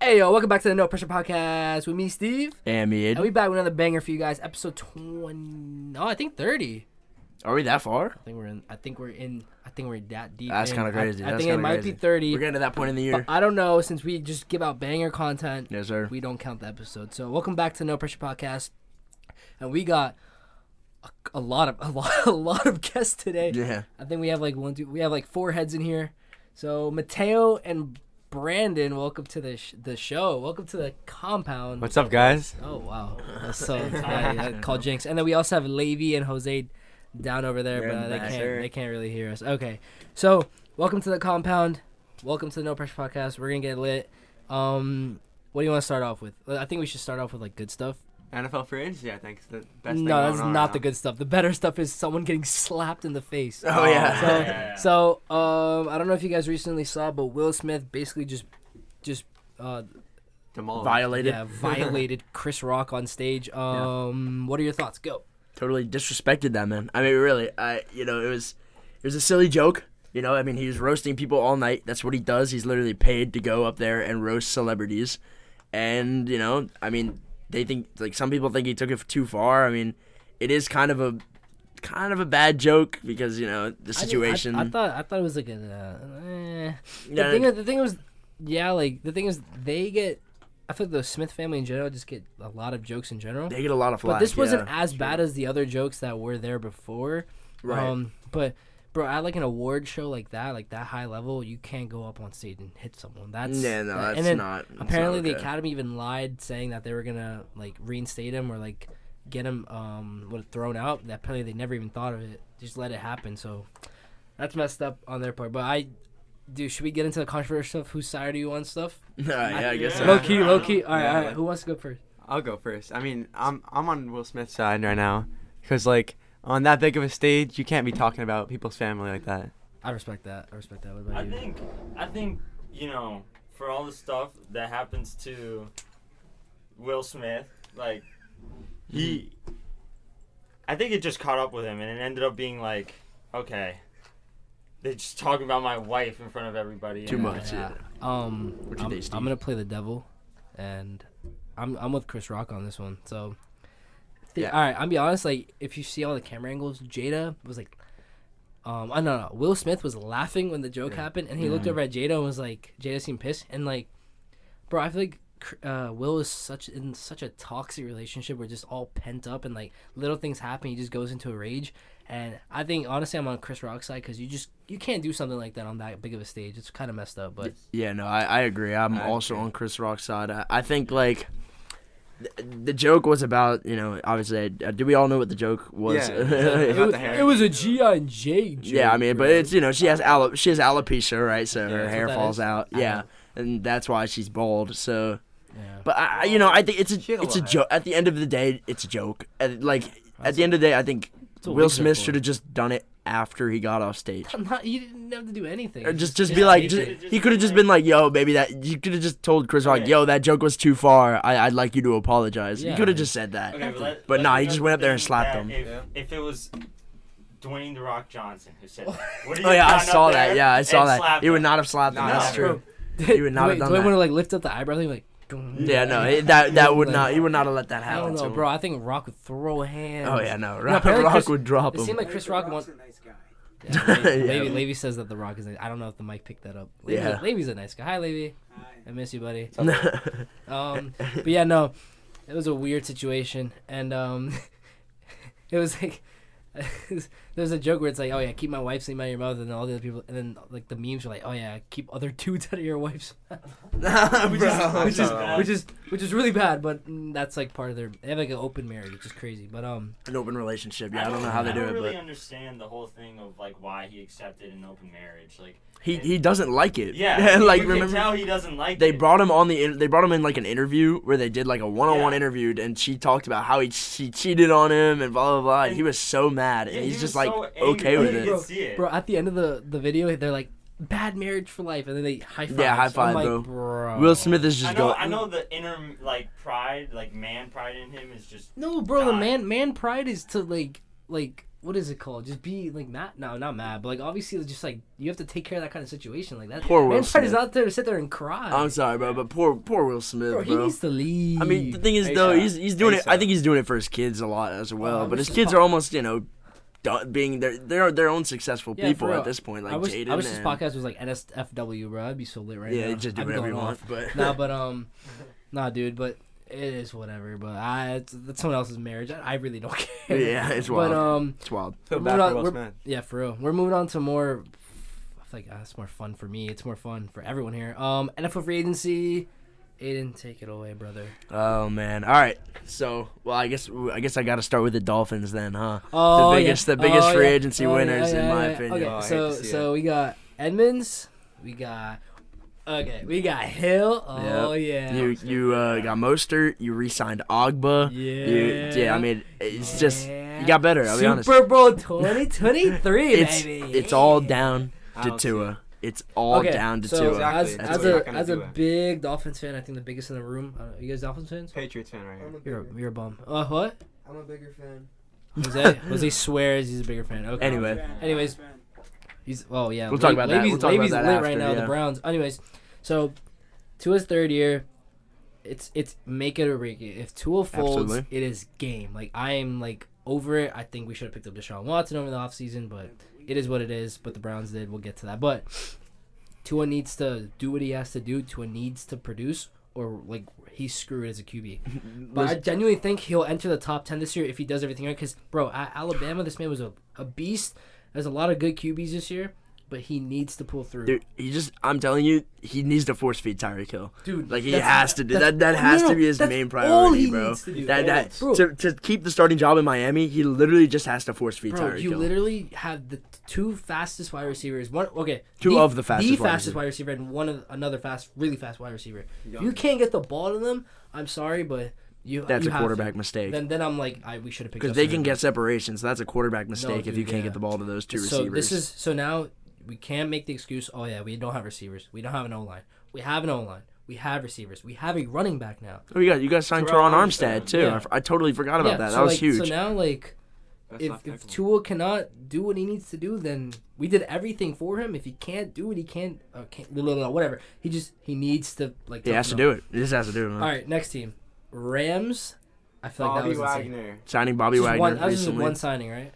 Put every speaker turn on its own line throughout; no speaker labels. Hey yo, welcome back to the No Pressure Podcast with me, Steve.
And me, Ed.
And we back with another banger for you guys, episode twenty oh, I think thirty.
Are we that far?
I think we're in I think we're in I think we're that deep.
That's
in.
kind of crazy.
I, I
That's
think it
kinda
might
crazy.
be thirty.
We're getting to that point in the
but
year.
I don't know, since we just give out banger content,
yes, sir.
we don't count the episode. So welcome back to No Pressure Podcast. And we got a, a lot of a lot a lot of guests today.
yeah.
I think we have like one, two, we have like four heads in here. So Mateo and Brandon, welcome to the sh- the show. Welcome to the compound.
What's up, guys?
Oh wow, that's so tight. I call Jinx, and then we also have Levy and Jose down over there,
They're
but
in
they
the
can't
back. Sure.
they can't really hear us. Okay, so welcome to the compound. Welcome to the No Pressure Podcast. We're gonna get lit. Um, what do you want to start off with? I think we should start off with like good stuff.
NFL free agency, I think, is the best thing.
no, that's not the good stuff. The better stuff is someone getting slapped in the face.
Oh, yeah.
So, so um, I don't know if you guys recently saw, but Will Smith basically just, just, uh,
Violated.
yeah, violated Chris Rock on stage. Um, what are your thoughts? Go.
Totally disrespected that man. I mean, really. I you know it was it was a silly joke. You know, I mean, he was roasting people all night. That's what he does. He's literally paid to go up there and roast celebrities. And you know, I mean, they think like some people think he took it too far. I mean, it is kind of a kind of a bad joke because you know
I
the
mean, I-
situation.
I, thought I thought it was like a. Uh, eh. The
Yeah.
thing is- the thing was, yeah, like the thing is, they get. I feel like the Smith family in general just get a lot of jokes in general.
they get a lot of flack.
But this wasn't
yeah.
as bad as the other jokes that were there before.
Right.
Um, but bro, at like an award show like that, like that high level, you can't go up on stage and hit someone. That's
Yeah,
that-
no, that's
and then
not- that's not
Apparently, the
okay.
Academy even lied, saying that they were gonna like reinstate him or like get him um what thrown out. That apparently they never even thought of it. Just let it happen. So that's messed up on their part. But I. Dude, should we get into the controversial stuff? Whose side are you on stuff?
yeah, I guess.
Yeah.
Low
So.
key, low key. All right, all
Yeah.
right. Who wants to go first?
I'll go first. I mean, I'm I'm on Will Smith's side right now because like on that big of a stage, you can't be talking about people's family like that.
I respect that. I respect that. What about
I
you?
think I think you know for all the stuff that happens to Will Smith, like
Mm-hmm.
he, I think it just caught up with him, and it ended up being like, okay, they're just talking about my wife in front of everybody.
Too
and
much.
Yeah.
Yeah.
Um,
What you
I'm,
think,
I'm
Steve?
gonna play the devil, and I'm I'm with Chris Rock on this one. So,
Yeah.
all right. I'll be honest. Like, if you see all the camera angles, Jada was like, um, I no no. Will Smith was laughing when the joke happened, and he looked over at Jada and was like, Jada seemed pissed, and like, bro, I feel like. Cr- Uh, Will is such in such a toxic relationship where just all pent up and like little things happen, he just goes into a rage. And I think honestly, I'm on Chris Rock's side because you just you can't do something like that on that big of a stage. It's kind of messed up, but
Yeah, no, I, I agree. I'm
I
also on Chris Rock's side. I, I think like th- the joke was about you know obviously uh, do we all know what the joke was?
Yeah, it
It
About
was,
the hair.
it was a G I and J. joke,
Yeah, I mean, but
bro.
it's you know she has ale- she has alopecia, right? So her
that's
hair
what that
falls
is.
out.
I
Yeah,
know.
and that's why she's bald. So,
Yeah.
but I I- you know I think it's
She
a
had a
it's a
lot.
joke. At the end of the day, it's a joke. At, like at the end of the day, I think
what
Will
wigs are
Smith
for.
should have just done it after he got off stage.
I'm not. You didn't have to do anything.
Or
It's
just, just be like,
take
just,
it.
just
he could have
been
just been
like-
like, yo, baby, that you could have just told Chris Rock,
Okay.
yo, that joke was too far. I, I'd like you to apologize.
Yeah.
He could have just said that.
Okay, but let-
but
let
nah,
me
he
know
just went up there and
that
slapped him.
If, if it was Dwayne the Rock Johnson who said, that, would he
Oh
have
yeah, I
gone up
saw
there
that. Yeah, I
and
saw that.
slapped
He would
him?
not have slapped him.
No.
That's
No.
true.
He
would not have done
Do I
that.
want to like lift up the eyebrow thing like? dun-
Yeah, no, it- that that would
Like-
not. He would not have let that
I
happen.
don't
to
know,
him.
bro. I think Rock would throw a hand.
Oh yeah, no, Rock,
apparently
Rock
Chris-
would drop
It
him.
seemed like Chris Rock wants.
nice guy.
Yeah,
Yeah.
Levy, Levy says that the Rock is. I don't know if the mic picked that up. Levy,
Yeah.
Levy's a nice guy. Hi, Levy.
Hi.
I miss you, buddy.
Nah.
Um, but yeah, no, it was a weird situation, and um, it was like there's a joke where it's like, oh yeah, keep my wife's name out of your mouth, and all the other people, and then like the memes are like, oh yeah, keep other dudes out of your wife's, which
Bro.
is which is,
Bro.
which is which is really bad, but mm, that's like part of their they have like an open marriage, which is crazy, but um,
An open relationship. Yeah, I don't know how they
I
do
don't
it,
really
but
understand the whole thing of like why he accepted an open marriage. Like,
he he doesn't like it.
yeah,
like
you
remember.
can tell he doesn't like
they
it.
brought him on the in- they brought him in like an interview where they did like a one on one
Yeah.
interview and she talked about how he she cheated on him and blah blah blah and he was so mad and
Yeah, he
he's
was
just like
so
okay
angry.
with
You
it.
could see it.
bro, at the end of the the video, they're like bad marriage for life, and then they high five.
high
I'm
five,
like,
bro.
bro.
Will Smith is
I
just
know,
going.
I know the inner like pride, like man pride in him is just
No, bro, the
God.
man man pride is to like like what is it called? Just be like mad? No, not mad, but like obviously, just like you have to take care of that kind of situation. Like that.
Poor Will
Man Fred is
Smith.
not there to sit there and cry.
I'm sorry, bro, but poor poor Will Smith,
bro,
bro.
he needs to leave.
I mean, the thing is though,
ASAP.
he's he's doing it. I
ASAP.
think he's doing it for his kids a lot as well.
I
but his
wish-
kids are almost, you know, done being their their their own successful
Yeah,
people
for real.
at this point, like
I wish,
Jaden.
I wish this
and-
podcast was like NSFW, bro. I'd be so lit right now.
yeah, just do
I'd be
whatever you
going
want.
off.
But
nah, but um, nah, dude. But it is whatever. But I, it's, that's someone else's marriage. I, I really don't care.
yeah, it's wild.
But um,
it's wild.
Feel
We're
bad
not-
for Will
we're-
Smith.
Yeah, for real. We're moving on to more. I feel like ah, it's more fun for me. It's more fun for everyone here. Um, NFL free agency. Aiden, take it away, brother.
Oh man. All right. So, well, I guess I guess I got to start with the Dolphins then, huh?
Oh, yeah.
biggest- the biggest
Oh,
free
yeah.
agency
Oh, yeah,
winners,
yeah,
in
yeah,
my
yeah.
opinion.
Okay,
Oh, I hate
so
to see
so we got Edmonds. We got okay. We got Hill. Oh yeah.
You you uh, got Mostert. You re-signed Ogba. You, yeah. I
Yeah.
mean, it's just
Yeah.
you got better. I'll be honest.
Super Bowl 2023,
It's
baby.
it's all down
I
to
don't see
Tua. It's all
Okay,
down to
so
Tua.
Exactly.
as,
That's
as
what
you're
a
gonna
as a
do it.
big Dolphins fan, I think the biggest in the room. I don't know, you guys Dolphins fans?
Patriots fan right
I'm a
here.
You're a,
bigger,
you're a bum. Uh, what?
I'm a bigger fan.
Jose Jose swears he's a bigger fan. Okay.
Anyway.
Anyways. He's oh yeah.
We'll talk
Lake-
about that.
Lakey's-
We'll talk about
Lakey's
that
lit
after,
right now.
yeah.
The Browns. Anyways, so Tua's third year. It's it's make it or break it. If Tua folds,
Absolutely.
it is game. Like I am like over it. I think we should have picked up Deshaun Watson over the offseason, but it is what it is. But the Browns did. We'll get to that. But Tua needs to do what he has to do. Tua needs to produce, or like he's screwed as a QB. But I genuinely think he'll enter the top ten this year if he does everything right. Because bro, at Alabama, this man was a, a beast. There's a lot of good QBs this year, but he needs to pull through.
Dude, he just I'm telling you, he needs to force feed Tyreek Hill.
Dude,
Like he
that's-
has to do that. That
no,
has
no,
to be his
that's
main
all
priority,
he
bro.
needs to do.
That, that
Bro.
to, to keep the starting job in Miami, he literally just has to force feed
Bro,
Tyreek
you
Hill.
literally have the t- two fastest wide receivers. One okay,
Two
the,
of the fastest
the
wide
fastest
receiver.
wide receiver, and one of another fast, really fast wide receiver. If you can't get the ball to them, I'm sorry, but you
That's
you
a
have to.
quarterback mistake.
Then then I'm like, I, we should have picked
because
up
they
Justin
can get separation, so that's a quarterback mistake
dude,
if you can't
yeah.
get the ball to those two
so
receivers.
this is so now we can't make the excuse. Oh yeah, we don't have receivers. We don't have an O line. We have an O line. We have receivers. We have a running back now.
oh, you got you got signed Teron
Teron
Armstead
Armstead.
too.
uh, Yeah.
I f- I, totally forgot about
yeah,
that.
so
that was
like,
huge.
So now like
That's
if,
not
if
tackleable.
Tua cannot do what he needs to do, then we did everything for him. If he can't do it, he can't. Uh, can't blah, blah, blah, whatever. He just he needs to like.
he has to do it. Uh-huh. He just has to do it. Man.
All right, next team, Rams. I feel like
Bobby
that was insane.
Wagner.
Signing Bobby
Just
Wagner
one, that was just
recently.
one signing, right?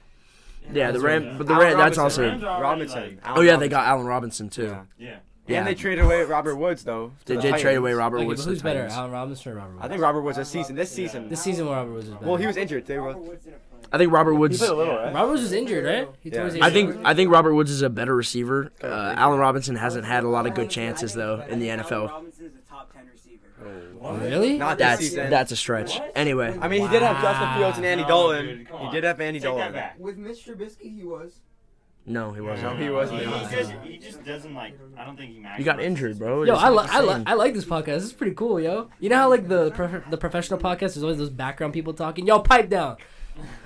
yeah, the
That's
Ram,
right.
but the
Allen
Ram, that's
Robinson.
also.
Rams are already,
Robinson.
like-
Oh yeah, they got Allen Robinson too.
Yeah.
yeah.
Yeah.
And they traded away Robert Woods though. to
They
the
did trade
Titans.
away Robert
Okay, but
Woods. to the
who's better,
Titans.
Allen Robinson or Robert Woods?
I think Robert Woods this season. This season.
this season Robert Woods is better.
Well, he was injured. They were.
Robert Woods didn't play.
I think Robert Woods.
He played a little, right?
Robert Woods was injured, right? He tore his
Yeah.
I
ACL.
think I think Robert Woods is a better receiver. Uh, Allen Robinson hasn't had a lot of good chances though in the NFL.
Robinson's a top 10 receiver.
really.
Oh, Not this
That's
season.
that's a stretch. Anyway,
I mean, he did have Justin Fields and Andy
No,
Dalton.
dude, come
he
on.
did have Andy
Take
Dalton.
that back.
With Mitch Trubisky, he was.
no, he
No,
wasn't.
he wasn't.
He,
He
just, he just doesn't like. I don't think he maxed.
You got
out.
injured, bro.
Yo,
It's
I,
not
li-
the
I, li-
same.
I like this podcast. This is pretty cool, yo. You know how like the prof- the professional podcast is always those background people talking. Yo, pipe down.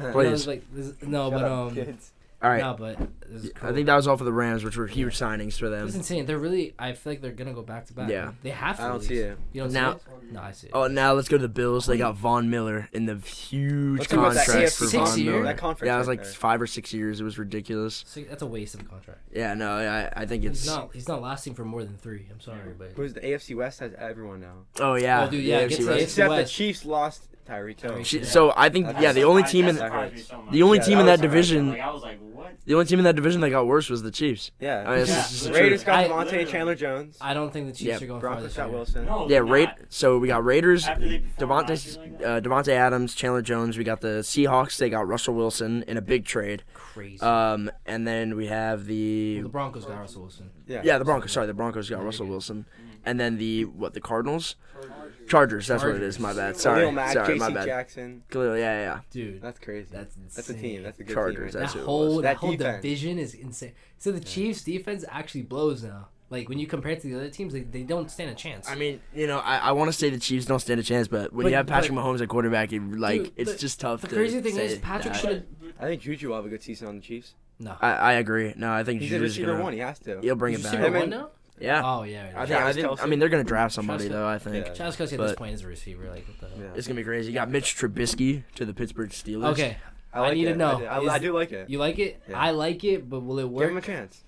You know, it's
Please.
like, this- no,
Shut
but
up,
um,
kids.
All right.
no, but this is cool.
I think that was all for the Rams, which were huge signings for
It's
them.
insane. They're really. I feel like they're gonna go back to back.
Yeah.
they have to.
I
at
don't
least.
see it.
You don't
Now-
see it? No, I see it.
Oh, now let's go to the Bills. They got Von Miller in the huge
Let's talk about that
contract for
CFP
six
Von
year.
Miller.
That contract
Yeah, it was
right
like
there.
five or six years. It was ridiculous.
So that's a waste of a contract.
Yeah, no, I, I think
He's
it's.
not. He's not lasting for more than three. I'm sorry, but
Who's the AFC West has everyone now.
Oh yeah,
Oh, dude, yeah,
the
get
AFC
to
West.
AFC
Except
West.
the Chiefs lost Tyreek Hill.
Tyreek.
She- So I think
That's
yeah, the only team in
That
That
surprised me
hurts.
so much.
the only
Yeah,
team
that
in that
was-
division,
Like, I was like, what?
the only team in that division that got worse was the Chiefs.
Yeah.
I mean,
Yeah.
this is the truth.
Raiders got
I-
Devontae Chandler Jones.
I don't think the Chiefs
Yeah,
are going far
Broncos
this
got
year.
Wilson.
No,
Yeah,
not.
Ra- So we got Raiders,
Oh, After they perform
Devontae,
last year like that?
uh, Devontae Adams, Chandler Jones. We got the Seahawks. They got Russell Wilson in a big trade.
Crazy.
Um, and then we have the
the Broncos got Russell Wilson.
Yeah.
yeah the Broncos. Sorry, the Broncos got Russell Wilson. And then the what the Cardinals, Mm. Chargers. That's what it is. My bad. Sorry,
Lil Mack,
sorry,
JC
my bad.
Jackson.
Khalil, yeah, yeah,
Dude,
That's crazy. That's,
that's insane.
a team. That's a good
Chargers,
team.
That
That's who it
whole
was.
that,
That
whole
defense.
division is insane. So the Chiefs defense actually blows now. Like when you compare it to the other teams, they, they don't stand a chance.
I mean, you know, I, I want to say the Chiefs don't stand a chance, but when
But-
you have Patrick
but-
Mahomes at quarterback, it, like
Dude,
it's
the-
just tough.
the
to
crazy thing is
say
Patrick
that.
should have
Right. I think Juju will have a good season on the Chiefs.
no.
I, I agree. No, I think
He's a
Juju's
receiver
gonna.
one. He has to.
He'll bring
Did
it
you
back.
see
I
my
mean-
one now?
Yeah.
Oh yeah.
I
Right.
think, I,
Travis
think, I
Kelce.
mean, they're going to draft somebody,
Travis
though, I think.
Yeah.
Travis Kelsey at
But-
this point is a receiver. Like what the hell?
Yeah.
It's going to be crazy. You got Mitch Trubisky to the Pittsburgh Steelers.
Okay. I
like
need to
it.
know.
do- I, I
Is-
do like it.
You like it?
Yeah.
I like it, but will it
Give him a
work?
chance.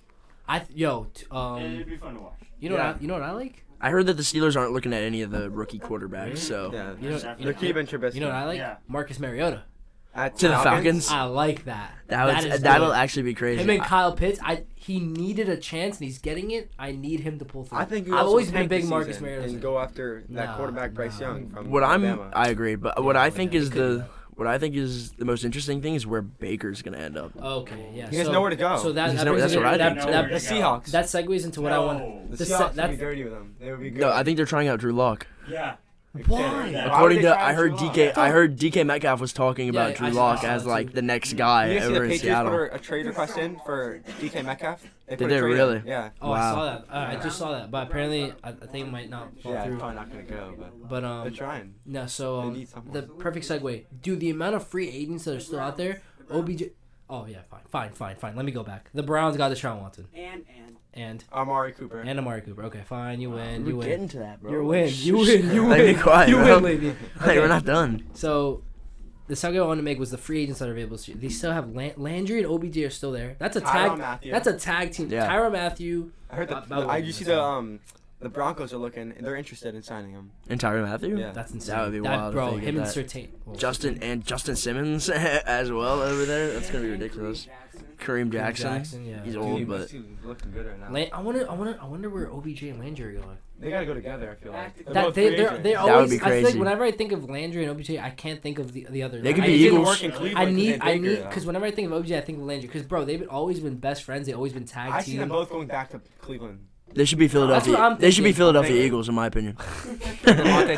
I th- yo, t- um,
It'd be fun to watch.
you know what
yeah.
I, you know what I like?
I heard that the Steelers aren't looking at any of the rookie quarterbacks, so
Yeah.
You know,
Definitely.
Oh. you
They're
know,
keeping Trubisky.
you know what I like?
Yeah.
Marcus Mariota.
At
to the Falcons.
I like that.
That would,
is
that'll
good.
actually be crazy.
Him and Kyle Pitts, I he needed a chance and he's getting it. I need him to pull through.
I think
I've always been a big Marcus Mariota.
and
fan.
go after that
Nah,
quarterback Bryce
nah.
Young from
what
Alabama.
I'm, I agree, but what
Yeah,
I
with
think
that,
is
it could be
the what I think is the most interesting thing is where Baker's gonna end up.
Okay, yeah.
He has
so,
nowhere to go.
So that,
He's
that,
no-
brings
that's
it in-
what I
that,
think,
that,
too.
that,
The
Seahawks.
segues into what I want.
No.
the
the se-
Seahawks would be
that's-
dirty with them. They would be good.
No, I think they're trying out Drew Lock.
Yeah.
Why?
Why
According
would they
to
try
I heard
Drew Lock?
DK, I heard DK Metcalf was talking
Yeah,
about
I
Drew
saw-
Lock
I saw
as
that
like
too.
the next guy
You didn't see the
over in
Patriots put
Seattle.
a, a trade request in for DK Metcalf? They put
Did
a
they
trade in,
really?
Yeah.
Oh, I
Wow.
saw that. Uh, I just saw that, but apparently I, I think it might not fall
Yeah, it's
through.
probably not gonna go, but
But
they're
um,
trying.
no. So
They
um,
need someone.
the perfect segue, dude. The amount of free agents that are still out there. OBJ. Oh yeah, fine, fine, fine, fine. Let me go back. The Browns got Deshaun Watson
And and
and
Amari Cooper.
and Amari Cooper. Okay, fine. You win. You win.
to that,
You win. You win. You
Like, be
win.
quiet,
you
bro.
win, lady.
Like, we're not done.
So, the second I wanted to make was the free agents that are available. this year. They still have Lan- Landry and OBJ are still there. That's a
Tyron
tag.
Matthew.
That's a tag team.
Yeah.
Tyron Matthew.
I heard
Bob-
that.
Bob
I,
Wagner
you see
is
the
out.
um, the Broncos are looking. They're interested in signing him.
And Tyron Matthew,
Yeah.
That's insane.
That would be wild if
bro,
they get
him and
that.
Sertain. well,
Justin and Justin Simmons as well over there. That's gonna be ridiculous. Kareem Jackson,
Jackson, yeah.
he's
Dude,
old,
Dude,
but
this team's looking good right now.
Lan- I wonder. I wonder. I wonder where OBJ and Landry are going.
They gotta go together. I feel like. They're
That
both
they
free
they're,
agents.
they're
That would
always.
be
I feel like
crazy.
whenever I think of Landry and OBJ, I can't think of the the other.
They could
I-
be
I,
It didn't
Eagles.
work in Cleveland
I
'cause
need.
of
I
Baker,
need.
though.
Because whenever I think of OBJ, I think of Landry. Because bro, they've always been best friends. They've always been tag
I
team.
see them both going back to Cleveland.
they should be Philadelphia.
I'm
They should be
thinking.
Philadelphia
Thank you.
Eagles, in my opinion.
Devontae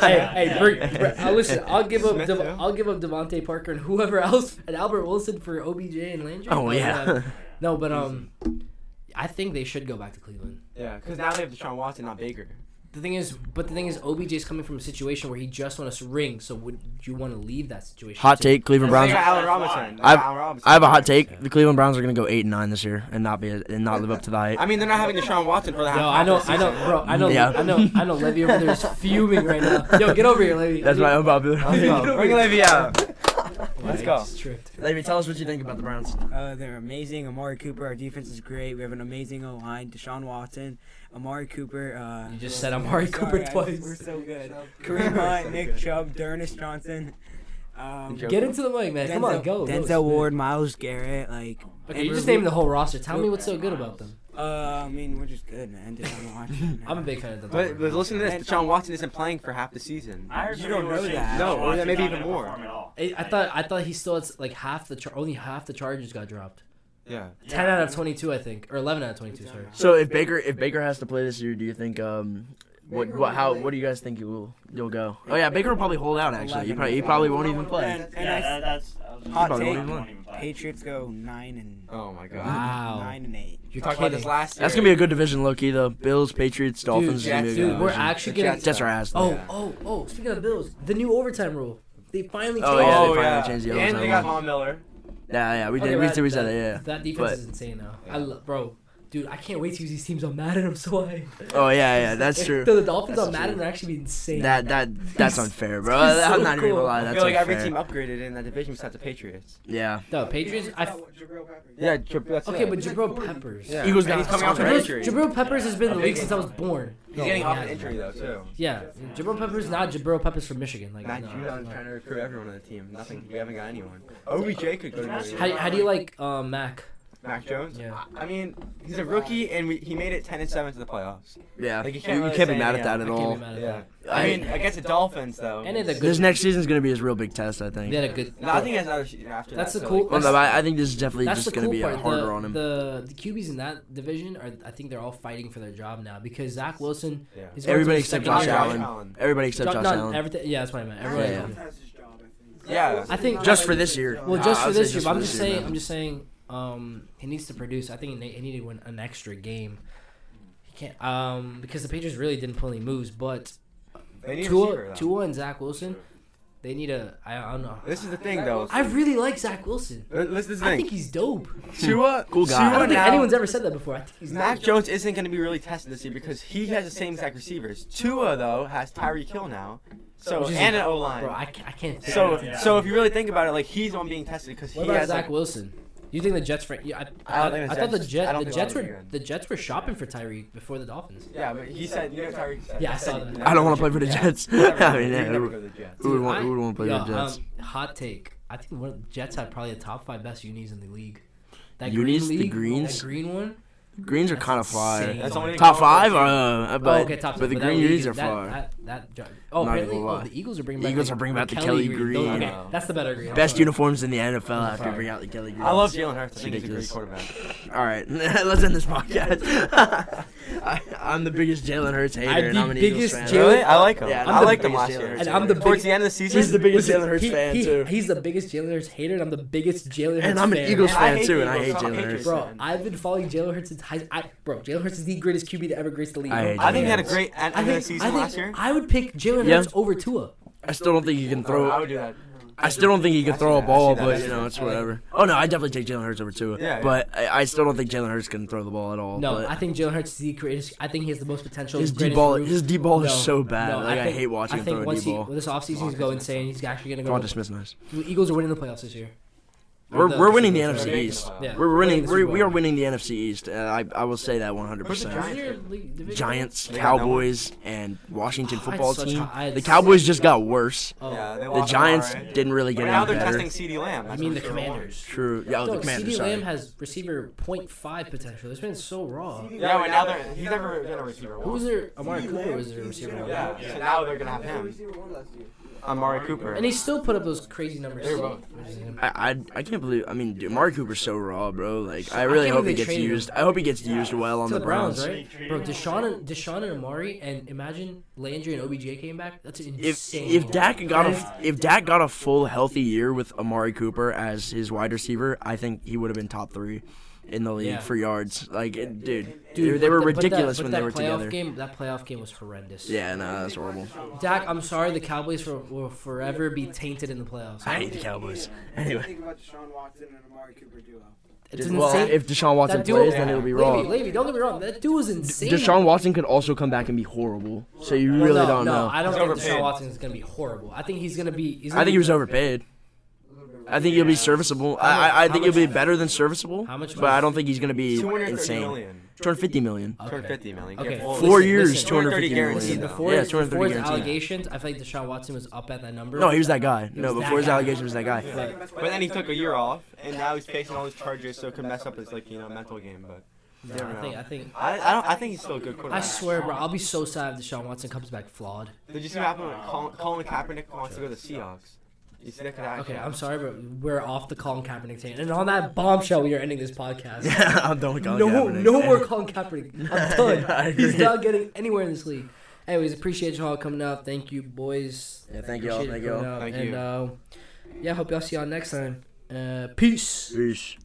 hey,
Smith.
hey, bring, br- uh, listen, I'll give up,
Smith,
Dev-
too.
I'll give up Devonte Parker and whoever else, and Albert Wilson for OBJ and Landry.
Oh
But, uh,
yeah,
no, but um, I think they should go back to Cleveland.
Yeah, because now they have Deshaun Watson, not Baker.
The thing is, but the thing is, OBJ is coming from a situation where he just won a ring. So would you want to leave that situation?
hot
to-
take. Cleveland
They
Browns.
got Allen Robinson. They got
I've-
Allen Robinson.
I have a hot take. The Cleveland Browns are gonna go eight and nine this year and not be and not live up to the hype.
I mean, they're not having Deshaun Watson for the half.
Yo, I know,
half of
I
the
know,
season.
bro, I know,
Yeah.
I know, I know. Levy over there is fuming right now. Yo, get over here, Levy.
That's my unpopular.
Let's go. Bring Levy out. Let's go.
Tripped.
Levy, tell us what you think about the Browns.
Uh, they're amazing. Amari Cooper, our defense is great. We have an amazing O line. Deshaun Watson, Amari Cooper. Uh,
You just said Amari Cooper
sorry, I-
twice.
We're so good.
We're
Kareem
so
Hunt, Nick
good.
Chubb, Dernis Johnson. Um,
Joe-
Get into the mic, man. Come on, go. go,
Denzel
spin.
Ward, Miles Garrett. Like,
Okay, you just named the whole roster. Tell me what's so good about them.
uh, I mean, we're just good, man. Deshaun Watson.
I'm a big fan of Denzel.
But,
Ward.
but listen to this. Deshaun Watson isn't playing for half the season.
I heard
You
some
don't
people
know
saying
that.
No, or
Washington
maybe
not
even
gonna
more.
perform at all.
I, I thought I thought he still had like half the char- only half the charges got dropped.
Yeah.
Yeah.
Ten out of twenty two, I think, or eleven out of twenty two. Sorry.
So if Baker if Baker has to play this year, do you think um what
Baker
what
will
how
play.
what do you guys think he will you'll go? Oh yeah, Baker will probably hold out actually. He probably he probably won't even play.
And, and
Yeah,
I-
that, that's. I was
Hot
gonna say,
take.
I won't even play.
Patriots go nine and
Oh my God.
Wow.
nine and eight.
You're
We talked about this last year.
That's gonna be a good division, low key though. Bills, Patriots, Dolphins. is gonna be a
Dude,
good
dude, we're
division.
actually
The
getting.
Jets-
Jets are ass.
Oh,
Yeah.
oh, oh! Speaking of the Bills, the new overtime rule. They finally changed.
Oh, yeah, they
it.
finally changed the
And
overtime
they got
one.
Von Miller.
Yeah, yeah, we
Okay,
did. we
but
did. We said
that-
that.
That defense
But-
is insane now. I love, bro. Dude, I can't wait to use these teams on Madden. I'm so hyped.
Yeah. Oh yeah, yeah. That's
If
true.
The Dolphins
That's
on Madden
true.
would actually be insane.
That that that's unfair, bro.
He's so
I'm not even
cool.
gonna lie.
I
That's
feel like every
unfair.
team upgraded in that division besides the Patriots.
Yeah.
no, Patriots. I f-
Yeah, that's
okay, but
He's like
Jabril
40.
Peppers.
Yeah.
Eagles
And
got
he's coming off
Sorry.
an
Jabril,
injury.
Jabril Peppers has been in the
A
league
big
since I was
injury.
born.
He's getting
he
off an
hasn't.
injury though too.
Yeah, Jabril Peppers not Jabril Peppers from Michigan. Like,
Matt
no.
Judon's trying to recruit everyone on the team. Nothing. We haven't got anyone. OBJ could go to New
How,
York.
how do you like um, Mac?
Mac Jones.
Yeah.
I I mean, he's a rookie, and we, he made it 10 and 7 to the playoffs.
Yeah.
Like,
You
you can't really
you can't be
say,
mad at
yeah,
that
I
at
can't be
all.
mad at
Yeah.
that.
I
I
mean, against the Dolphins though.
And it's a
This
good.
next season's gonna be his real big test, I think.
They had a good.
No, I think that's another season after
That's
that.
the
so,
cool-
like,
Well, no, I, I think this is definitely
That's
just
the
going to
cool part.
be a harder
the,
on him.
The, the QBs in that division are, I think, they're all fighting for their job now because Zach Wilson.
Yeah.
is going
Everybody
to his
except
second
Josh
year.
Allen. Everybody except
Jo-
Josh
no,
Allen.
everything. Yeah, that's what I meant. Everybody.
Yeah.
Yeah.
I think
Just for this year.
Well,
Nah,
just
I
for
would say
this year, but
for
I'm just
year,
saying.
man.
I'm just saying. Um, he needs to produce. I think he, ne- he needed to win an extra game. He can't. Um, because the Patriots really didn't pull any moves, but
They need a receiver,
Tua,
though.
Tua and Zach Wilson, they need a. I, I don't know.
This is the thing though.
I really like Zach Wilson.
Uh, This is the
I think
thing.
he's dope.
Tua,
Cool guy.
I
Tua
don't think
now-
anyone's ever said that before. I think he's
Mac Jones isn't going to be really tested this year because he has the same exact receivers. Tua though has Tyree Kill now, So
Which is-
and an O line.
Bro, I, ca- I can't. think
So
of it.
so if you really think about it, like he's the one being tested because he
what about
has
Zach
like,
Wilson? You think the Jets? Fr- yeah, I,
I
I,
don't think
I
the
thought the
Jets-
Jet,
I don't
the
think
Jets
they're
were
good.
the Jets were shopping for Tyreek before the Dolphins.
Yeah, but he said you know Tyreek said.
Yeah, I saw that.
I don't want to play for the Jets. I mean, yeah,
never
who,
go to the Jets.
who would want,
I-
who would want to play
yo,
for the Jets?
Um, hot take. I think one of the Jets had probably the top five best unis in the league. That
Unis? The
green league,
greens?
That green one.
Greens are
that's
kind of fire.
insane.
That's only
Top five, uh, but
oh, okay, top
but the
that
green
league
unis
is-
are
that,
fire.
That, that, jo- oh,
Not
apparently,
gonna
oh,
lie.
the Eagles are bringing back.
Eagles
the-
are bringing back the Kelly
Those-
Green.
okay, that's the better green.
Best
Sorry.
uniforms in the NFL after you bring out the Kelly Green.
I love Jalen Hurts. I think he's a great
Ridiculous.
quarterback.
All right, let's end this podcast. I, I'm the biggest Jalen Hurts hater,
I'm
and
the
I'm an
biggest
Eagles fan.
Jalen-
Really? I like him.
Yeah,
I
I'm
liked
the
him last
biggest
year.
Jalen
And I'm the Hurts.
towards the end of the season.
He's the biggest
Listen,
Jalen Hurts
he-
fan
he-
too,
He's the biggest Jalen Hurts hater, and I'm the biggest Jalen Hurts
and I'm an
fan.
Eagles
And I
fan
hate
too,
the
and I hate
Eagles. I hate
Jalen Hurts.
yourself.
Bro, I've been following Jalen Hurts since high. I, bro, Jalen Hurts is the greatest QB to ever grace the league.
I hate
I think
Jalen
he had a
Hurts.
great end
I
of the
think,
season
I,
last
think
year.
I would pick Jalen
Yeah.
Hurts over Tua.
I still don't think he can
I
throw.
would do that.
I still don't think he can
I see
throw a
that, I
ball,
see that, I
but
see
you know it's
that.
whatever. Oh no, I definitely take Jalen Hurts over two.
Yeah, yeah.
but I, I still don't think Jalen Hurts can throw the ball at all.
No,
but
I think Jalen Hurts is the greatest. I think he has the most potential.
his deep
greatest
ball,
roof.
his deep ball is
No,
so bad.
no,
like I,
think-
hate watching
I
him
think
throw a
once
deep
he,
ball.
well, this offseason he's going insane. He's actually gonna go.
Devonta Smith's nice.
The Eagles are winning the playoffs this year.
We're
the-
we're winning the
Yeah.
NFC East.
Yeah.
We're winning.
the
We're,
Super
we are
Bowl.
winning the NFC East. Uh, I I will say that 100.
Where's the
percent
Giants?
Who's your league division?
Giants,
They got no
Cowboys, and Washington
Oh, I had
football
such
team.
high- I had
The
such-
Cowboys just got worse.
Oh,
Yeah, they
The
lost
Giants
Amari.
didn't really get
But now
any
they're
better.
testing CD Lamb.
I
That's
mean the
what they want.
Commanders.
True. Yeah, Oh, the
Dog,
Commanders.
CD Lamb
Sorry.
has receiver 0.5 potential. It's been so raw.
Yeah, but now they're he's never been a receiver.
Who was
One.
their Amari Cooper was their receiver? one?
Yeah. So now they're gonna have
Yeah,
him.
receiver one last year.
Amari Cooper.
And he still put up those crazy numbers.
They were both.
Which is him.
I, I I can't believe. I mean, dude, Mark Cooper's so raw, bro. Like, I
I
really
can't
hope he
believe they
gets
traded him.
used. I hope he gets used well on
To
the Browns.
right? Bro, Deshaun and Deshaun and Amari, and imagine Landry and OBJ came back. That's an
If
insane.
if Dak got a if Dak got a full healthy year with Amari Cooper as his wide receiver, I think he would have been top three in the league
Yeah.
for yards. Like, it, dude, dude, they, they were
but that- but
ridiculous
that,
when
but
they
that
were
playoff
together.
Game, that playoff game was horrendous.
Yeah, no, that's horrible.
Dak, I'm sorry, the Cowboys will, will forever be tainted in the playoffs.
I hate the Cowboys. Anyway.
Think about Deshaun Watson and Amari Cooper duo.
It's an
Well,
insane.
if Deshaun Watson
that dude
plays, then it'll be
Levy,
wrong.
Levy, don't get me wrong. That dude was insane.
Deshaun Watson could also come back and be horrible. So you
Well,
really
no,
don't
no,
know.
I don't
He's
think Deshaun
overpaid.
Watson is gonna be horrible. I think he's gonna be. He's gonna
I think
be-
he was overpaid.
A little bit
I think he'll be serviceable. I I, I
How
think
much-
he'll be better than serviceable.
How much
But I don't think he's gonna be
230
insane.
million.
250 million.
Okay.
250 million.
Okay.
Get full-
Listen,
Four years,
listen.
250
guaranteed,
million.
though.
Before,
yeah,
before
230
his
guaranteed.
allegations, I feel like Deshaun Watson was up at that number.
No, he was that guy. No,
was that
before his
guy.
allegations, was that guy.
But-
But then he took a year off, and now he's facing all these charges, so it could mess up his like you know mental game. But
no,
never
I think.
know.
I think.
I, I don't. I think he's still a good quarterback.
I swear, bro, I'll be so sad if Deshaun Watson comes back flawed.
Did you see what happened when Colin, Colin Kaepernick wants to go to the Seahawks? You see that could happen.
Okay, I'm sorry, but we're off the Colin Kaepernick tangent. And on that bombshell, we are ending this podcast.
I'm done with Colin
no,
Kaepernick.
no more Colin Kaepernick. I'm
I
done.
agree.
He's not getting anywhere in this league. Anyways, appreciate y'all coming out. Thank you, boys.
Yeah, thank y'all,
Appreciate
thank
coming
y'all.
out.
Thank
and,
you.
Uh, yeah, hope y'all see y'all next time. Uh, peace.
Peace.